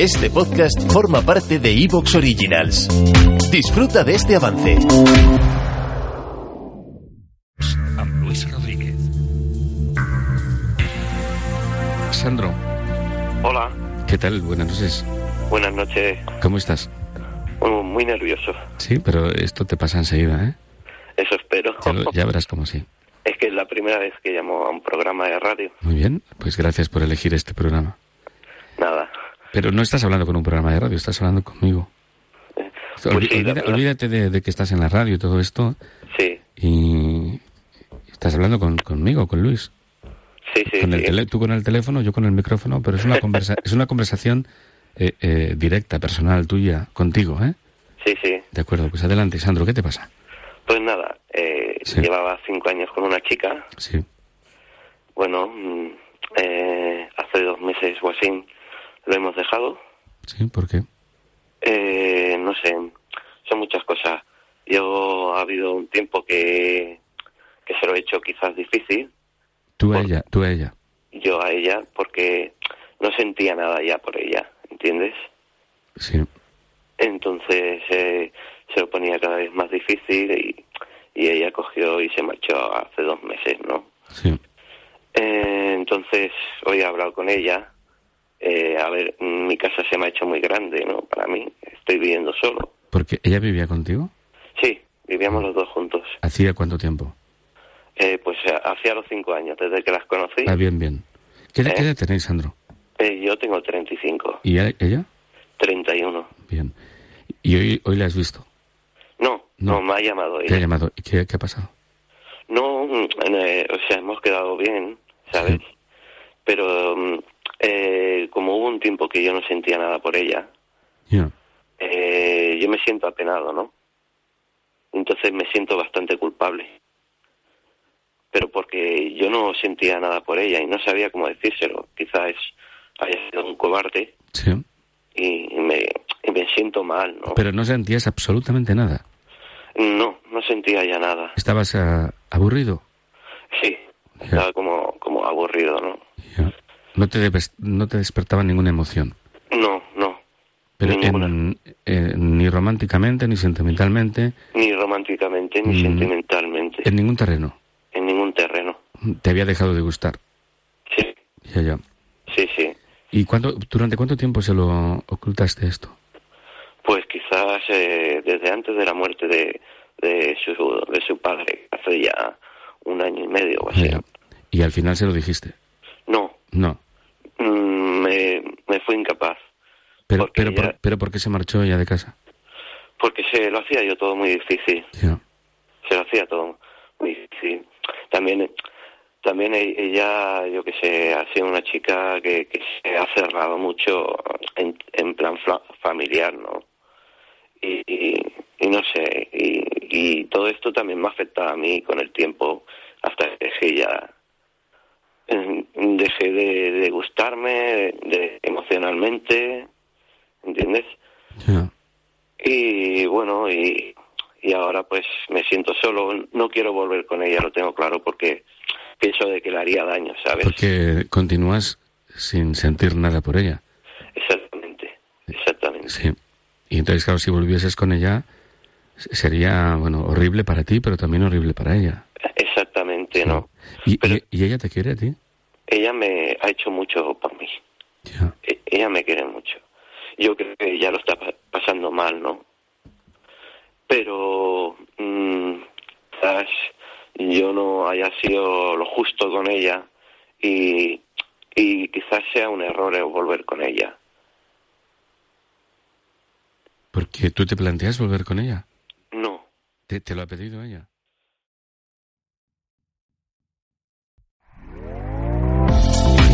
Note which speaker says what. Speaker 1: Este podcast forma parte de Evox Originals. Disfruta de este avance.
Speaker 2: a Luis Rodríguez. Sandro,
Speaker 3: Hola,
Speaker 2: ¿qué tal? Buenas noches.
Speaker 3: buenas noches.
Speaker 2: ¿Cómo estás?
Speaker 3: Uh, Muy nervioso,
Speaker 2: Sí, pero esto te pasa enseguida, ¿eh?
Speaker 3: eso espero.
Speaker 2: Ya, lo- ya verás cómo sí.
Speaker 3: Es que es la primera vez que llamo a un programa de radio.
Speaker 2: Muy bien, pues gracias por elegir este programa.
Speaker 3: Nada.
Speaker 2: Pero no estás hablando con un programa de radio, estás hablando conmigo. Olvi-
Speaker 3: sí, la
Speaker 2: olvida-
Speaker 3: verdad.
Speaker 2: olvídate de, de que estás en la radio y todo esto
Speaker 3: Sí,
Speaker 2: y estás hablando con- conmigo, con Luis.
Speaker 3: sí, sí.
Speaker 2: Con el
Speaker 3: sí.
Speaker 2: tele- tú con el teléfono, yo con el micrófono, pero es una, conversa es una conversación eh, eh, directa, personal, tuya, contigo, ¿eh?
Speaker 3: sí, sí.
Speaker 2: De acuerdo, pues adelante, Sandro, ¿qué te pasa?
Speaker 3: Pues nada, eh,
Speaker 2: Sí.
Speaker 3: llevaba cinco años con una chica.
Speaker 2: Sí,
Speaker 3: Bueno, mm, eh, hace dos meses o así lo hemos dejado.
Speaker 2: sí, ¿por qué?
Speaker 3: Eh, no sé, son muchas cosas. Yo ha habido un tiempo que, que se lo he hecho quizás difícil.
Speaker 2: Tú a
Speaker 3: Por-
Speaker 2: ella, tú a ella.
Speaker 3: yo a ella porque no sentía nada ya por ella, ¿entiendes?
Speaker 2: Sí,
Speaker 3: Entonces eh, se lo ponía cada vez más difícil y, y ella cogió y se marchó hace dos meses, ¿no?
Speaker 2: sí,
Speaker 3: Eh, entonces hoy he hablado con ella. Eh, a ver, mi casa se me ha hecho muy grande, ¿no? Para mí, estoy viviendo solo.
Speaker 2: porque ella vivía contigo.
Speaker 3: Sí, vivíamos los dos juntos.
Speaker 2: ¿Hacía cuánto tiempo?
Speaker 3: Eh, pues eh, hacía los cinco años, desde que las conocí.
Speaker 2: Ah, bien, bien. ¿Qué edad,
Speaker 3: Eh.
Speaker 2: qué edad tenéis, Sandro?
Speaker 3: Eh, yo tengo 35,
Speaker 2: ¿Y a- ella?
Speaker 3: 31.
Speaker 2: Bien. ¿Y hoy, hoy la has visto?
Speaker 3: No,
Speaker 2: No.
Speaker 3: no, me ha llamado
Speaker 2: ¿Te ha
Speaker 3: ella.
Speaker 2: llamado? ¿Y qué, qué ha pasado?
Speaker 3: No, mm, eh, o sea, hemos quedado bien, ¿sabes? Pero mm, eh, como hubo un tiempo que yo no sentía nada por ella,
Speaker 2: Ya.
Speaker 3: eh, yo me siento apenado, ¿no? Entonces me siento bastante culpable. Pero porque yo no sentía nada por ella y no sabía cómo decírselo. Quizás haya sido un cobarde
Speaker 2: Sí.
Speaker 3: y me, y me siento mal, ¿no?
Speaker 2: Pero no sentías absolutamente nada.
Speaker 3: No, no sentía ya nada.
Speaker 2: Estabas ah, aburrido.
Speaker 3: Sí,
Speaker 2: Ya.
Speaker 3: estaba como, como aburrido, ¿no?
Speaker 2: Ya. No te, debes- no te despertaba ninguna emoción.
Speaker 3: No, no.
Speaker 2: Pero en-
Speaker 3: Ninguna.
Speaker 2: eh, ni románticamente, ni sentimentalmente,
Speaker 3: ni románticamente ni
Speaker 2: Mm.
Speaker 3: sentimentalmente
Speaker 2: en ningún terreno.
Speaker 3: en ningún terreno
Speaker 2: Te había dejado de gustar.
Speaker 3: sí
Speaker 2: Ya, ya.
Speaker 3: sí sí
Speaker 2: ¿Y cuánto, durante cuánto tiempo se lo ocultaste esto?
Speaker 3: pues quizás eh, desde antes de la muerte de, de su de su padre hace ya un año y medio o así
Speaker 2: Eh, y al final se lo dijiste.
Speaker 3: no
Speaker 2: No.
Speaker 3: mm, me, me fui incapaz
Speaker 2: Pero,
Speaker 3: Porque
Speaker 2: pero,
Speaker 3: ya-
Speaker 2: por, pero ¿por qué se marchó ella de casa?
Speaker 3: porque se lo hacía yo todo muy difícil
Speaker 2: Ya.
Speaker 3: se lo hacía todo muy difícil también también e- ella yo que sé ha sido una chica que, que se ha cerrado mucho en, en plan fla- familiar no y, y, y no sé y, y todo esto también me ha afectado a mí con el tiempo hasta que dejé ya em, dejé de, de gustarme de- emocionalmente entiendes
Speaker 2: ya.
Speaker 3: y bueno, y, y ahora pues me siento solo. No quiero volver con ella, lo tengo claro, porque pienso de que le haría daño, ¿sabes?
Speaker 2: Porque continúas sin sentir nada por ella.
Speaker 3: Exactamente, exactamente.
Speaker 2: Sí. Y entonces, claro, si volvieses con ella, s- sería, bueno, horrible para ti, pero también horrible para ella.
Speaker 3: Exactamente, ¿no?
Speaker 2: ¿Y, y-
Speaker 3: Pero-
Speaker 2: y ella te quiere a ti?
Speaker 3: Ella me ha hecho mucho por mí.
Speaker 2: Ya.
Speaker 3: E- Ella me quiere mucho. Yo creo que ella lo está pa- pasando mal, ¿no? Pero mm, quizás yo no haya sido lo justo con ella y, y quizás sea un error el volver con ella.
Speaker 2: Porque tú te planteas volver con ella.
Speaker 3: No,
Speaker 2: ¿Te, te lo ha pedido ella?